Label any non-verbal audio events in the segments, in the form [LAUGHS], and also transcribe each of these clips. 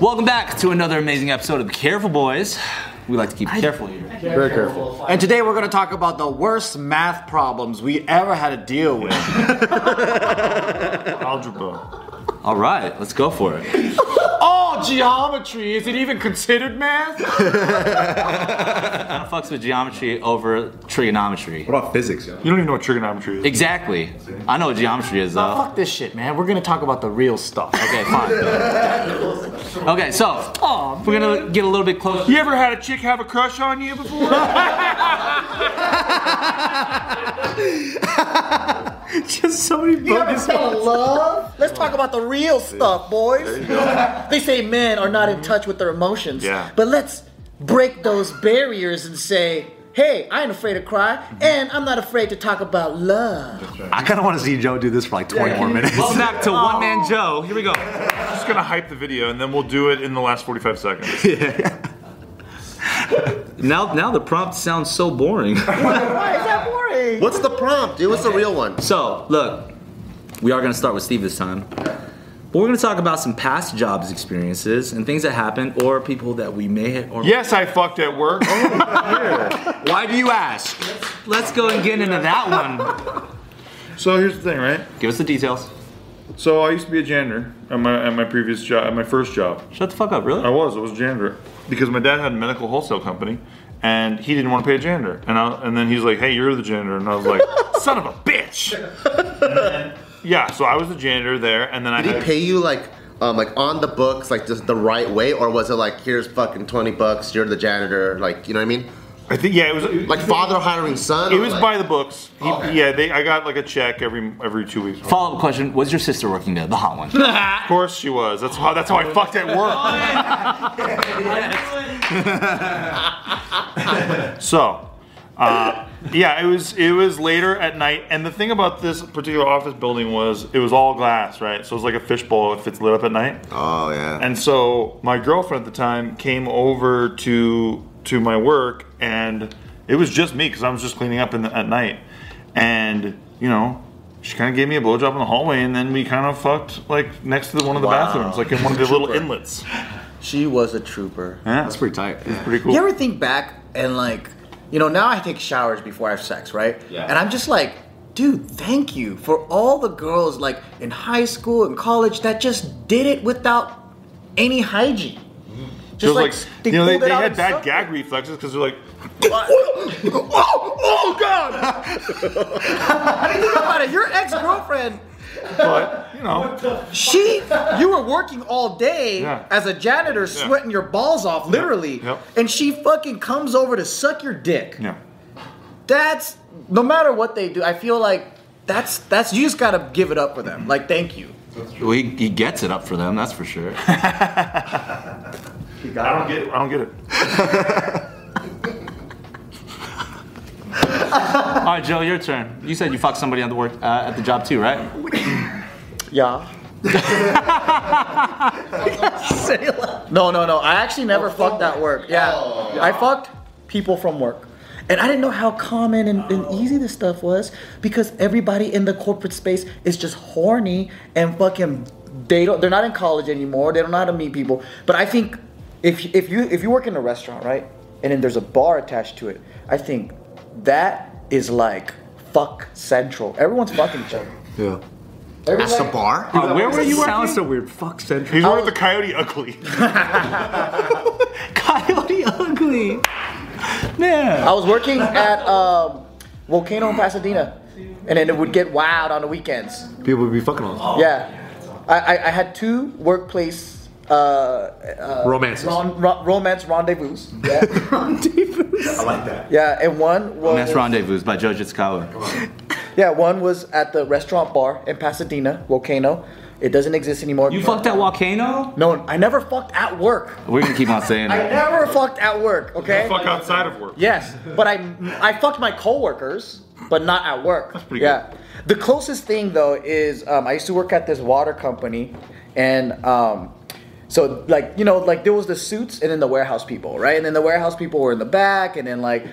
Welcome back to another amazing episode of Careful Boys. We like to keep careful here. Very careful. And today we're going to talk about the worst math problems we ever had to deal with. Algebra. All right, let's go for it. [LAUGHS] oh, geometry! Is it even considered math? I fucks with geometry over trigonometry. What about physics, yo? You don't even know what trigonometry is. Exactly. I know what geometry is [LAUGHS] though. Fuck this shit, man. We're going to talk about the real stuff. Okay, fine. Okay, so we're gonna get a little bit closer. You ever had a chick have a crush on you before? Just so many You ever fell in love? Let's talk about the real stuff, boys. [LAUGHS] They say men are not in touch with their emotions. Yeah. But let's break those barriers and say, hey, I ain't afraid to cry, and I'm not afraid to talk about love. I kind of want to see Joe do this for like 20 more minutes. Welcome back to One Man Joe. Here we go. I'm just gonna hype the video and then we'll do it in the last 45 seconds. Now, now the prompt sounds so boring. [LAUGHS] Why is that boring? What's the prompt, dude? What's the real one? So, look, we are going to start with Steve this time. But we're going to talk about some past jobs experiences and things that happened or people that we may have. Or [LAUGHS] yes, I fucked at [LAUGHS] work. Why do you ask? Let's go and get into that one. so here's the thing, right? [LAUGHS] Give us the details. So I used to be a janitor at my at my previous job, at my first job. Shut the fuck up, really? I was, I was a janitor because my dad had a medical wholesale company. And he didn't want to pay a janitor, and I, and then he's like, "Hey, you're the janitor," and I was [LAUGHS] like, "Son of a [LAUGHS] bitch!" And then- yeah, so I was the janitor there, and then I Did he had- pay you like, um, like on the books, like just the right way, or was it like, here's fucking twenty bucks, you're the janitor, like, you know what I mean? I think yeah, it was Like father hiring son. It or, was like- by the books. He, Okay. Yeah, they, I got like a check every every two weeks. Of Follow up question Was your sister working there? The hot [LAUGHS] one. course she was. That's how that's how I fucked at work. [LAUGHS] so, uh, yeah, it was it was later at night. And the thing about this particular office building was it was all glass, right? So it was like a fishbowl if it's lit up at night. Oh yeah. And so my girlfriend at the time came over to to my work, and it was just me because I was just cleaning up in the, at night, and you know. She kind of gave me a blowjob in the hallway, and then we kind of fucked like next to the, one of the Wow. bathrooms, like in one [LAUGHS] of the little Trooper. inlets. She was a trooper. Yeah, That's pretty tight. Yeah. pretty cool. You ever think back and like, you know, now I take showers before I have sex, right? Yeah. And I'm just like, dude, thank you for all the girls like in high school and college that just did it without any hygiene. Mm-hmm. It was Just like, you know, they, pulled it they out had and bad sucked it. gag reflexes because they're like, oh, oh god! How do you think about it? Your [LAUGHS] ex-girlfriend, but you know, she, you were working all day Yeah. as a janitor, sweating your balls off, literally, Yep. and she fucking comes over to suck your dick. [LAUGHS] yeah, That's no matter what they do. I feel like that's that's you just gotta give it up for them. Like thank you. Well, he, he gets it up for them, that's for sure. I don't get, it. I don't get it. [LAUGHS] All right, Joe, your turn. You said you fucked somebody on the work uh, at the job too, right? Yeah. no, no, no. I actually never fucked that work. Yeah. I fucked people from work. And I didn't know how common and, and easy this stuff was because everybody in the corporate space is just horny and fucking they don't they're not in college anymore. They don't know how to meet people. But I think if if you if you work in a restaurant, right? And then there's a bar attached to it, I think that is like fuck central. Everyone's fucking each other. Yeah. That's the bar. Uh, where were you Sounds working? so weird. Fuck [LAUGHS] central. He's one of the Coyote Ugly. [LAUGHS] Coyote Ugly. Man. I was working at um, Volcano in Pasadena, and then it would get wild on the weekends. People would be fucking Oh. on. Yeah, I, I, I had two workplace uh, uh, Romances. ron- ro- romance [LAUGHS] rendezvous. Yeah. rendezvous. I like that. Yeah, and one was Mass Rendezvous by Joe Jitskawa. yeah, one was at the restaurant bar in Pasadena, Volcano. It doesn't exist anymore. You fucked that volcano? No, I never fucked at work. We're gonna keep on saying [LAUGHS] I it. never fucked at work. Okay. [LAUGHS] Fuck outside of work. Yes, but I I fucked my coworkers, but not at work. That's pretty yeah. The closest thing though is um, I used to work at this water company, and um, so like you know like there was the suits and then the warehouse people, right? And then the warehouse people were in the back, and then like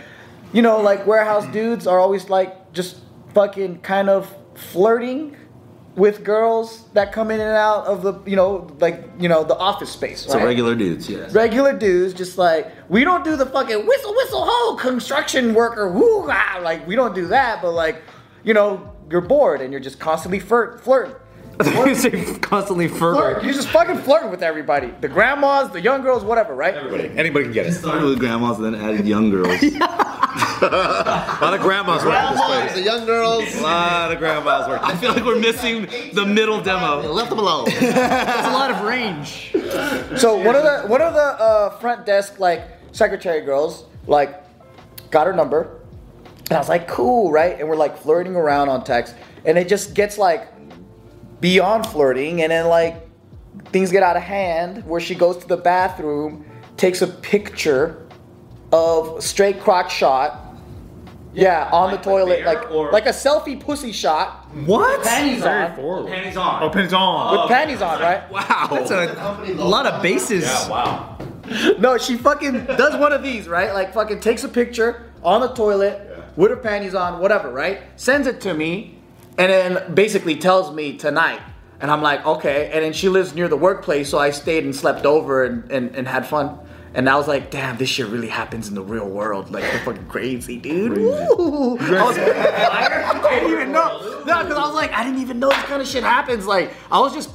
you know like warehouse dudes are always like just fucking kind of flirting with girls that come in and out of the you know like you know the office space. So right? regular dudes, [LAUGHS] yes. regular dudes just like we don't do the fucking whistle whistle ho construction worker whoo ah, like we don't do that but like you know you're bored and you're just constantly flirt flirting you say constantly flirt further. you're just fucking flirting with everybody the grandmas the young girls whatever right Anybody can get it. Started with grandmas and then added young [LAUGHS] girls. A lot of grandmas were at this Grandmas, the young girls, A lot of grandmas were. I feel like we're missing the middle demo. left them alone. That's a lot of range. so one of the one of the uh, front desk like secretary girls like got her number and I was like cool right and we're like flirting around on text and it just gets like beyond flirting and then like things get out of hand where she goes to the bathroom takes a picture of straight crock shot yeah, on the toilet like like a selfie pussy shot What? panties on forward. Oh, pins on. with panties on right Wow. That's A lot of bases. [LAUGHS] No, she fucking does one of these, right? Like fucking takes a picture on the toilet with her panties on, whatever, right? Sends it to me, and then basically tells me tonight. And I'm like, okay. And then she lives near the workplace, so I stayed and slept over and, and, and had fun. And I was like, damn, this shit really happens in the real world. Like, they're fucking crazy, dude. Ooh. I was [LAUGHS] I didn't even know. No, because I was like, I didn't even know this kind of shit happens. Like, I was just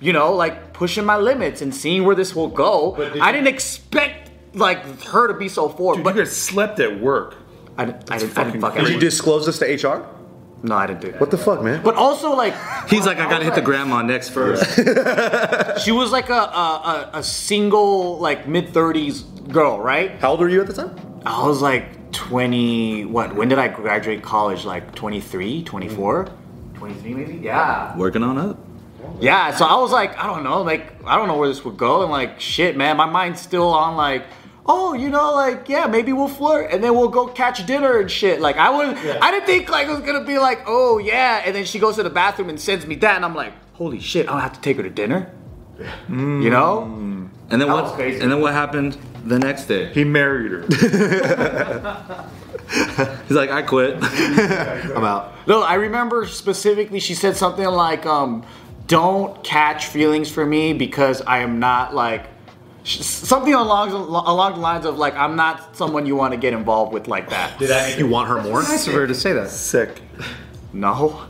you know, like pushing my limits and seeing where this will go. I didn't expect like her to be so forward, Dude, but you guys slept at work. I didn't, I didn't, I didn't fucking fuck crazy. Did you disclose this to HR? No, I didn't do that. What the fuck, man? But also, like, He's like, I gotta hit the grandma next first. she was like a a, a, a single, like mid thirties girl, right? How old were you at the time? I was like twenty. What? When did I graduate college? Like 23, 24? 23 maybe? Yeah. Working on up. Yeah, so I was like, I don't know, like I don't know where this would go, and like shit, man, my mind's still on like, oh, you know, like yeah, maybe we'll flirt, and then we'll go catch dinner and shit. Like I would, I didn't think like it was gonna be like, oh yeah, and then she goes to the bathroom and sends me that, and I'm like, holy shit, I don't have to take her to dinner, you know? And then was what? crazy. And then what happened the next day? He married her. He's like, I quit. [LAUGHS] I'm out. No, I remember specifically she said something like, um, don't catch feelings for me because I am not like sh- something along along the lines of like I'm not someone you want to get involved with like that. Did that make you want her more? Nice of her to say that. Sick. [LAUGHS] No.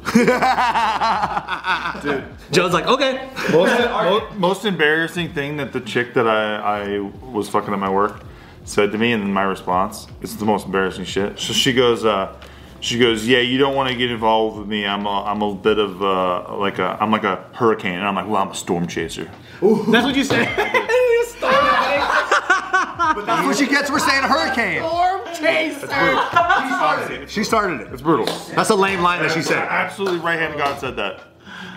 Joe's like, okay. Most, mo- most embarrassing thing that the chick that I, I was fucking at my work said to me, and my response, it's the most embarrassing shit. So she goes, uh, she goes, yeah, you don't want to get involved with me. I'm a, I'm a bit of uh, like a, I'm like a hurricane, and I'm like, well, I'm a storm chaser. That's what you said. That's what she gets for saying hurricane. She started it. It's brutal. [LAUGHS] That's a lame line that she said. Absolutely, right hand of God said that.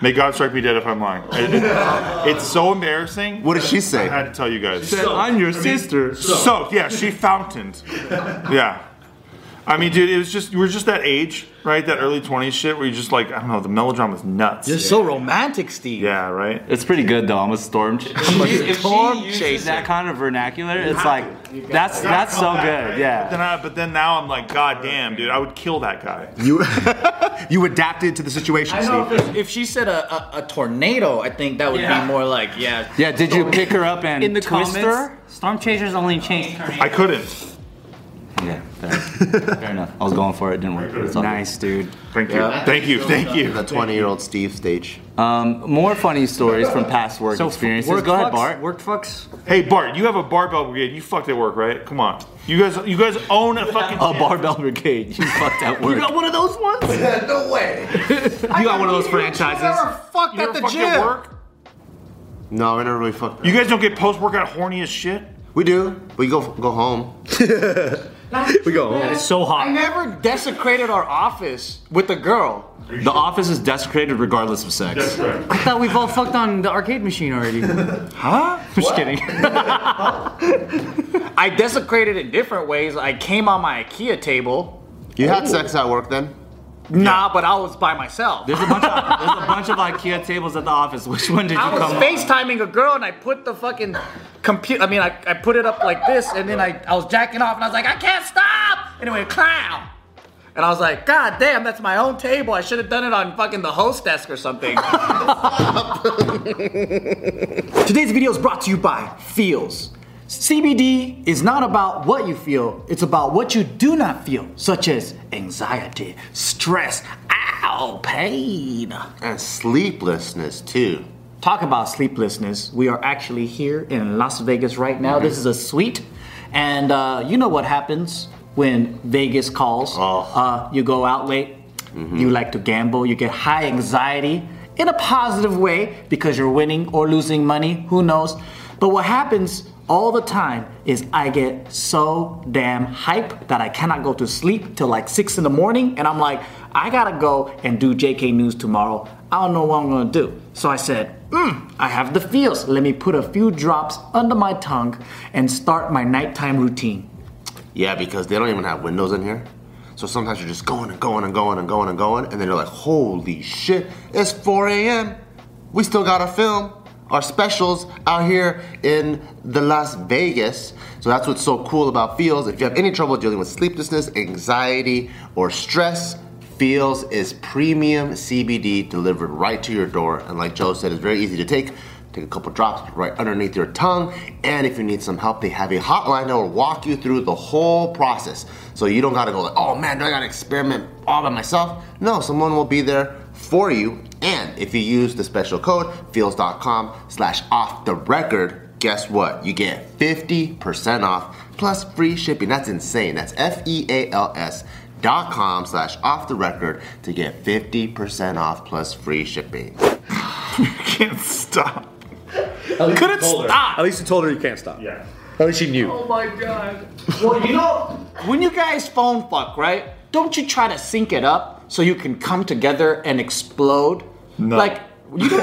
May God strike me dead if I'm lying. It- it- it's so embarrassing. What did she I say? had to tell you guys. I'm your sister. Soaked, yeah, she fountained. Yeah. I mean, dude, it was just, we were just that age, right? That early 20s shit where you just like, I don't know, the melodrama is nuts. You're so romantic, Steve. yeah, right? It's pretty good though. I'm a storm chaser. [LAUGHS] if Storm she uses chaser. that kind of vernacular, it's like that's that's so good. Yeah. Then I, but then now I'm like, God damn, dude, I would kill that guy. You you adapted to the situation, Steve. If, if she said a, a, a tornado, I think that would Yeah. be more like yeah. Yeah. Did you pick her up and In the twist her? comments, storm chasers only changed. I couldn't. Yeah. Fair. fair enough. I was going for it. it didn't work. It's all good. Nice, dude. Thank you. Thank you. Thank you. The 20 year old Steve stage. Um, more funny stories from past work experiences. work Go ahead, fucks, Bart. Work fucks. Hey, Bart, you have a barbell brigade. You fucked at work, right? Come on. You guys, you guys own a fucking. A barbell brigade. You [LAUGHS] fucked that word. Got one of those ones. no way. You got one of those franchises. Fuck You ever fucked at work? No, we never really fucked. You guys don't get post workout horny as shit. [LAUGHS] We do. We go go home. We go home. It's so I hot. never desecrated our office with a girl. The office is desecrated regardless of sex. I thought we've all fucked on the arcade machine already. huh? I'm just kidding. I desecrated in different ways. I came on my IKEA table. You Oh. had sex at work then? Nah, but I was by myself. There's a bunch of there's a bunch of IKEA tables at the office. Which one did you I was come? FaceTiming a girl and I put the fucking computer. I mean, I, I put it up like this and then I, I was jacking off and I was like, I can't stop! Anyway, clown! And I was like, God damn, that's my own table. I should have done it on fucking the host desk or something. Today's video is brought to you by Feels. CBD is not about what you feel, it's about what you do not feel, such as anxiety, stress, ow, pain. And sleeplessness too. Talk about sleeplessness. We are actually here in Las Vegas right now. This Mm-hmm. is a suite, and uh, you know what happens when Vegas calls. Uh, you go out late, you like to gamble, you get high anxiety in a positive way because you're winning or losing money, who knows. But what happens all the time is I get so damn hype that I cannot go to sleep till like 6 in the morning, and I'm like, I gotta go and do JK News tomorrow. I don't know what I'm gonna do. So I said, mm, I have the feels. Let me put a few drops under my tongue and start my nighttime routine. Yeah, because they don't even have windows in here. So sometimes you're just going and going and going and going and going, and then you're like, holy shit, it's 4 a.m. We still gotta film our specials out here in the Las Vegas. So that's what's so cool about Feels. If you have any trouble dealing with sleeplessness, anxiety, or stress, Feels is premium CBD delivered right to your door. And like Joe said, it's very easy to take. Take a couple drops right underneath your tongue. And if you need some help, they have a hotline that will walk you through the whole process. So you don't gotta go like, oh man, do I gotta experiment all by myself? No, someone will be there for you. And if you use the special code feels.com slash off the record, guess what? You get 50% off plus free shipping. That's insane. That's F E A L S dot com slash off the record to get 50% off plus free shipping. Can't stop. Couldn't stop. At least you told her you can't stop. Yeah. At least she knew. Well, you know, when you guys phone fuck, right? Don't you try to sync it up so you can come together and explode? No. Like, you Do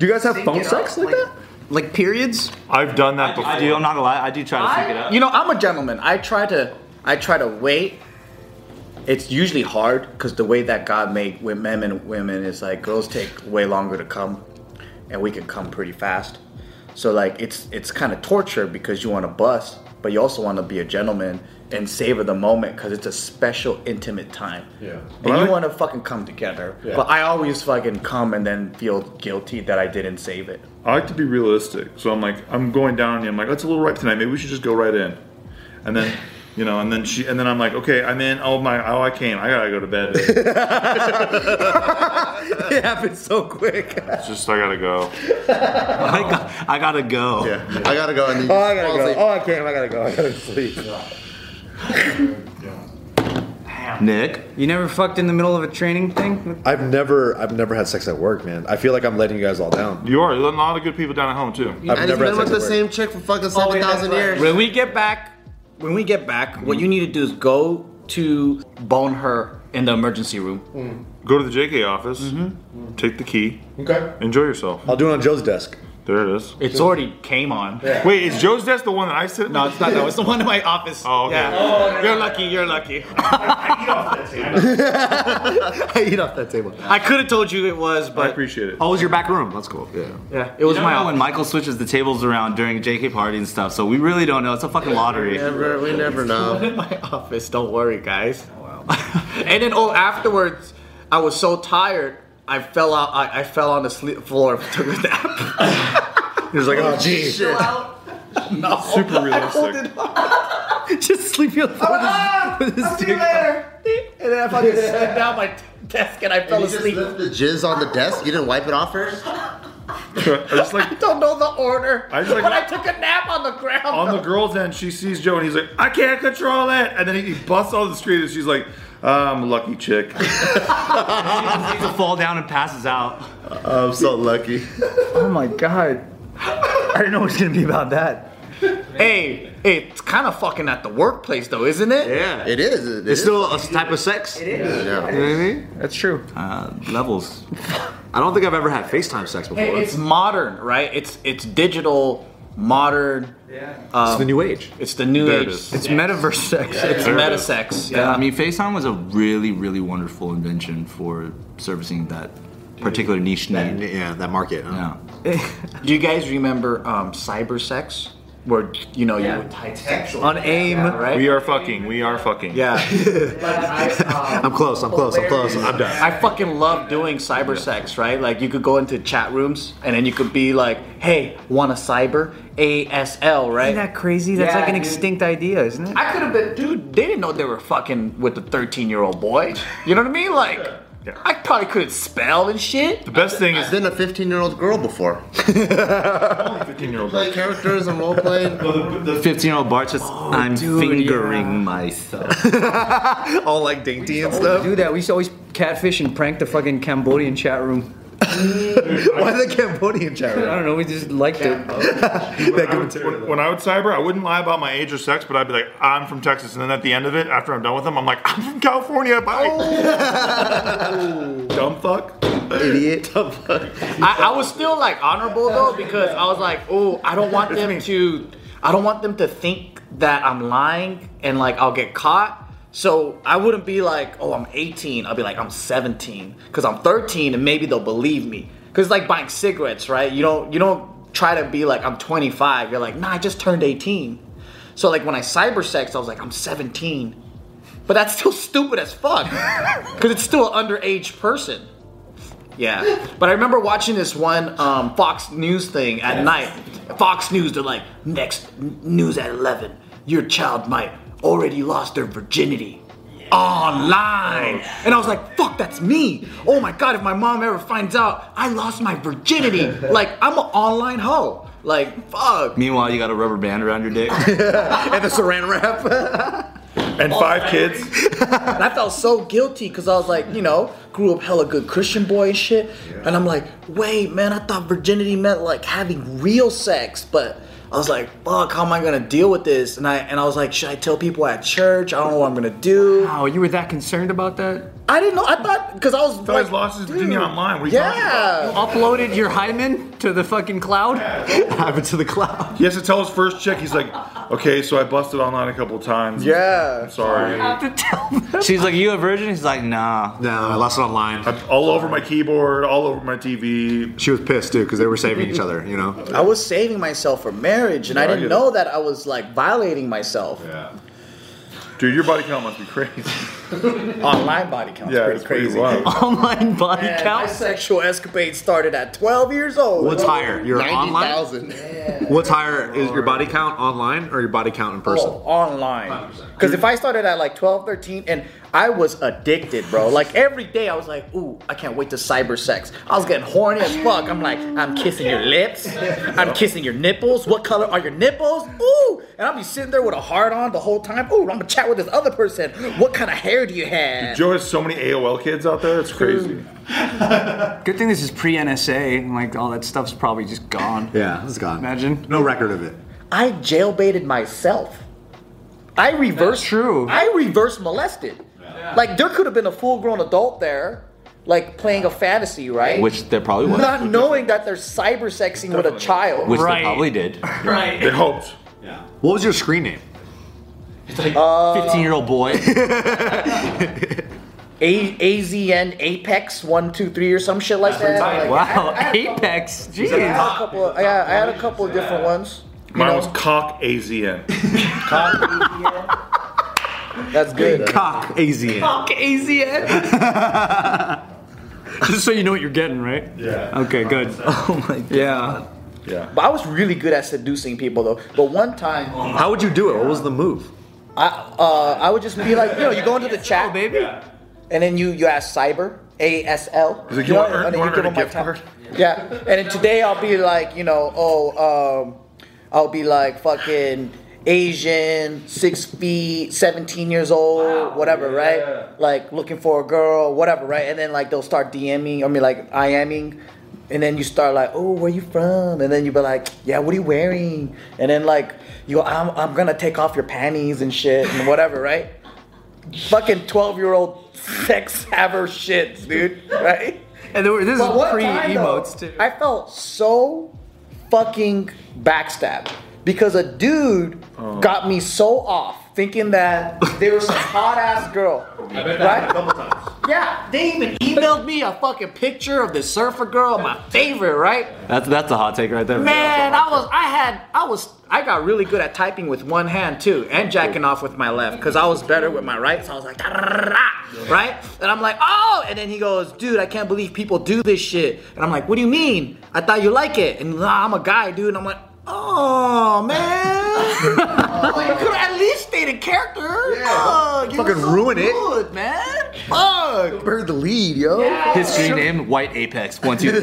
you guys have phone sex like, that? like periods. I've done that before. I do. I'm not gonna lie. I do try to sync it up. You know, I'm a gentleman. I try to I try to wait. It's usually hard because the way that God made wi- men and women is like girls take way longer to come, and we can come pretty fast. So like it's it's kind of torture because you want to bust, but you also want to be a gentleman and savor the moment because it's a special intimate time. Yeah, and you want to fucking come together. But I always fucking come and then feel guilty that I didn't save it. I like to be realistic. So I'm like, I'm going down and I'm like, that's a little ripe tonight. Maybe we should just go right in. And then, you know, and then she, and then I'm like, okay, I'm in. Oh my, oh, I came. I gotta go [LAUGHS] to bed. it's It happens so quick. just, I gotta go. I gotta go. Yeah. I gotta go. And Oh, then I gotta go. Oh, I can't. I gotta go. I gotta sleep. Nick, you never fucked in the middle of a training thing? I've never, I've never had sex at work, man. I feel like I'm letting you guys all down. You are. There's a lot of good people down at home too. I've and he's never had sex been with at the work. same chick for fucking Oh, 7,000 Oh, years. When we get back, when we get back, what you need to do is go to bone her in the emergency room. Go to the JK office. Take the key. Mm-hmm. Okay. Enjoy yourself. I'll do it on Joe's desk. There it is. It's already came on. Wait, is Joe's desk the one that I sit? No, it's not that. It's the one in my office. Oh, okay. You're [LAUGHS] lucky. You're lucky. I eat off that table. I could have told you it was, I but appreciate it. Oh, it was your back room. That's cool. Yeah. yeah, it was my when office. Michael switches the tables around during JK party and stuff, so we really don't know. It's a fucking lottery. Never, we never know. in my office. Don't worry, guys. [LAUGHS] and then oh, afterwards, I was so tired. I fell out. I, I fell on the sleep floor and took a nap. [LAUGHS] He was like, oh, geez. Chill out. No. Super pulled realistic. it Just sleepy on the floor. I'll see you later. [LAUGHS] And then I fucking sat down my desk and I fell You just asleep. left the jizz on the desk. You didn't wipe it off first. I just like I don't know the order, I just like- but I took a nap on the ground. on the girl's end, she sees Joe and he's like, I can't control it. And then he, he busts on the street and she's like, um, lucky chick. He will fall down and passes out. I'm so lucky. oh my god! I didn't know it was gonna be about that. Hey, hey, it's kind of fucking at the workplace though, isn't it? Yeah, It is. It It's is. still a type of sex. It is. Yeah. You know what I mean? That's true. uh, levels. I don't think I've ever had FaceTime sex before. Hey, it's modern, right? It's it's digital, modern. It's the new age. It's the new There it age. is. It's metaverse sex. It's metasex. Yeah. I mean, FaceTime was a really, really wonderful invention for servicing that particular niche need. Yeah, that market. huh? Yeah. Do you guys remember um, cyber sex? where you know you on aim, right? We are fucking. We are fucking. Yeah, I, um, I'm close. I'm close. I'm close. I'm done. I fucking love doing cyber sex, right? Like you could go into chat rooms and then you could be like, "Hey, want a cyber ASL?" Right? Isn't that crazy? That's Yeah, like an dude. extinct idea, isn't it? I could have been, dude. They didn't know they were fucking with a 13 year old boy. You know what I mean? Like, Yeah. I probably couldn't spell and shit. The best thing I've is been a 15 year old girl before. 15 year Play old. characters and role playing. 15 year old Bart just, Oh, I'm fingering myself. [LAUGHS] All like dainty and stuff. do that. We used to always catfish and prank the fucking Cambodian chat room. [LAUGHS] Why the Cambodian chat I room? don't know. We just liked it. That could- When, when I would cyber, I wouldn't lie about my age or sex, but I'd be like, I'm from Texas. And then at the end of it, after I'm done with them, I'm like, I'm from California. Bye. Dumb fuck. Idiot. I, I was still like honorable though because I was like, "Oh, I don't want them to, I don't want them to think that I'm lying and like I'll get caught." So I wouldn't be like, "Oh, I'm 18." I'll be like, "I'm 17," because I'm 13 and maybe they'll believe me. Because like buying cigarettes, right? You don't, you don't try to be like, "I'm 25." You're like, "Nah, I just turned 18." So like when I cyber sex, I was like, "I'm 17." But that's still stupid as fuck. Because it's still an underage person. Yeah. But I remember watching this one um, Fox News thing at night. Fox News, they're like, next n- news at 11, your child might already lost their virginity. Online, and I was like, "Fuck, that's me!" Oh my god, if my mom ever finds out I lost my [LAUGHS] virginity, like I'm an online hoe. Like, fuck. Meanwhile, you got a rubber band around your [LAUGHS] dick. and the saran wrap. [LAUGHS] And five kids. And I felt so guilty because I was like, you know, grew up hella good Christian boy and shit. And I'm like, wait, man, I thought virginity meant like having real sex, but I was like, fuck, how am I gonna deal with this? And I and I was like, should I tell people at church? I don't know what I'm gonna do. Wow, you were that concerned about that? I didn't know. I thought because I was So he's like, lost his virginity online. What are you talking about? yeah. Uploaded your hymen to the fucking cloud? Happened to the cloud. He has to tell his first chick. He's like, okay, so I busted online a couple times. Yeah. I'm sorry. To tell them. She's like, You a virgin? He's like, Nah. No, I lost it online. I'm all over my keyboard, all over my TV. She was pissed too because they were saving each other. You know. I was saving myself for marriage, and I Yeah, I didn't get know that I was like violating myself. Yeah. Dude, your body count must be crazy. [LAUGHS] Online body count's Yeah, pretty it's pretty crazy. wild. Online body And my count? sexual escapade started at 12 years old. What's higher? Your online. 90,000. What's higher is your body count online or your body count in person? Oh, online. Because if I started at like 12, 13, and I was addicted, bro. Like every day I was like, ooh, I can't wait to cyber sex. I was getting horny as fuck. I'm like, I'm kissing your lips. I'm kissing your nipples. What color are your nipples? Ooh. And I'll be sitting there with a heart on the whole time. Ooh, I'm going to chat with this other person. What kind of hair do you have? Joe has so many AOL kids out there. It's crazy. Good thing this is pre NSA and like all that stuff's probably just gone. Yeah, it's gone. Imagine. No record of it. I jailbaited myself. I reverse true. I reverse molested. Like there could have been a full grown adult there, like playing a fantasy, right? Which there probably was. not knowing that they're cyber sexing with a child. Which Right. they probably did. [LAUGHS] They hoped. What was your screen name? 15 year old [LAUGHS] boy. A- AZN Apex one two three or some shit like that. Like, Wow, I, I had a couple- Apex. I Jeez. had a couple. Of, yeah, I had a couple of different ones. you Mine know? was cock AZN. That's good. Cock AZN. Fuck [LAUGHS] AZN. Just so you know what you're getting, right? Yeah. Okay, good. [LAUGHS] Oh my god. Yeah. But I was really good at seducing people though. But one time, How would you do it? What was the move? I uh, I would just be like, you know, you go into the chat, Baby? and then you you ask cyber ASL. He's like, you know, want to earn, and then you want to give earn a them my gift time. card? Yeah, and then today I'll be like, you know, oh, um, I'll be like fucking Asian, six feet, 17 years old, whatever, right? Like looking for a girl, whatever, right? And then like they'll start DMing, I mean like IMing. And then you start like, oh, where you from? And then you be like, yeah, what are you wearing? And then like, you, go, I'm, I'm gonna take off your panties and shit and whatever, right? Fucking 12 year old [LAUGHS] sex haver shit, dude, right? And there were, this is But one pre time, though, emotes too. I felt so fucking backstabbed because a dude got me so off thinking that they were some hot ass girl. right? Yeah, they even emailed me a fucking picture of this surfer girl, my favorite, right? That's that's a hot take right there. Man, I was, I had, I was, I got really good at typing with one hand too, and jacking off with my left, cause I was better with my right. So I was like, "Da-da-da-da-da," right? And I'm like, oh, and then he goes, dude, I can't believe people do this shit. And I'm like, what do you mean? I thought you like it. And nah, I'm a guy, dude. And I'm like, oh [LAUGHS] man, like, you could at least stayed in character. Oh, you Fucking were so ruin it. good, man. Fuck. Buried the lead, yo. His screen name, White Apex. Once you [LAUGHS]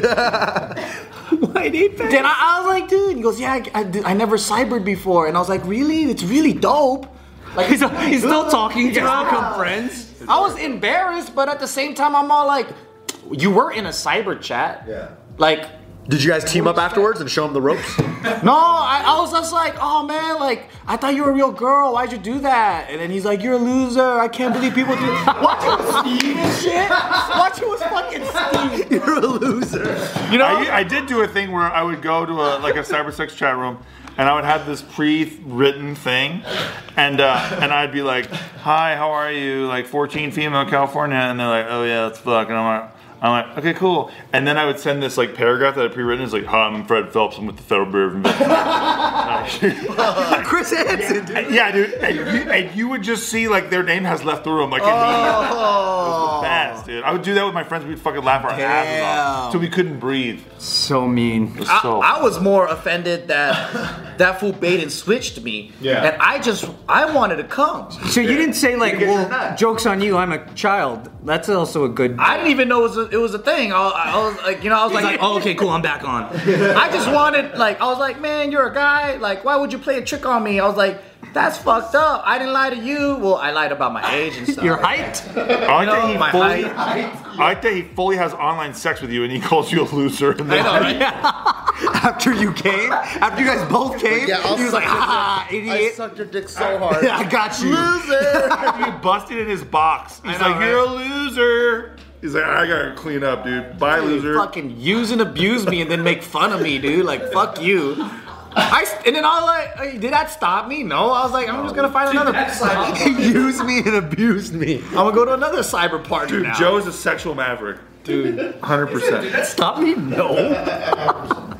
Then I, I was like, dude. He goes, yeah, I, I, did- I never cybered before, and I was like, really? It's really dope. Like, He's, he's still talking. You guys Yeah. become friends. I was embarrassed, but at the same time, I'm all like, you were in a cyber chat. Yeah. Like, Did you guys team up afterwards and show him the [LAUGHS] ropes? no, I, I was just like, oh man, like, I thought you were a real girl. Why'd you do that? And then he's like, you're a loser. I can't believe people do. [LAUGHS] Watch him was Steve and shit. Watch him was fucking Steve. You're a loser. You know, I, I did do a thing where I would go to a like a cyber sex chat room, and I would have this pre-written thing, and uh, and I'd be like, "Hi, how are you?" Like 14 female California, and they're like, "Oh yeah, let's fuck," and I'm like. I'm like, okay, cool. And then I would send this like paragraph that I pre-written. It's like, "Hi, I'm Fred Phelps. I'm with the Federal Bureau of Investigation." [LAUGHS] Chris Hansen, dude. yeah, dude. And you, and you would just see like their name has left the room. Like, it was Oh. the best, dude. I would do that with my friends. We'd fucking laugh our asses off, so we couldn't breathe. So mean. It was I, Oh. so I was more offended that that fool bait and switched me. Yeah. And I just, I wanted to come. So you didn't say like, get your well, nut. jokes on you. I'm a child. That's also a good. I didn't even know it was a, it was a thing. I, I was like, you know, I was like, oh, okay, cool. I'm back on. [LAUGHS] I just wanted, like, I was like, man, you're a guy. Like, why would you play a trick on me? I was like, that's fucked up. I didn't lie to you. Well, I lied about my age and stuff. Your height. I think know, he my fully, height. I think he fully has online sex with you, and he calls you a loser. And then, [LAUGHS] After you came, after you guys both came, Yeah, I'll he was like, suck your ah, I idiot. sucked your dick [LAUGHS] so hard. I got you. [LAUGHS] after you busted in his box, he's like, "You're a loser." He's like, "I gotta clean up, dude. Bye, loser." fucking use and abuse me and then make fun of me, dude. Like, fuck you. I, s- and then I was like, "Hey, did that stop me? No. I was like, I'm just gonna find another. I'm He used me and abused me. gonna go to another cyber party Dude, now. Joe's a sexual maverick, dude. Hundred percent. Stop me. No.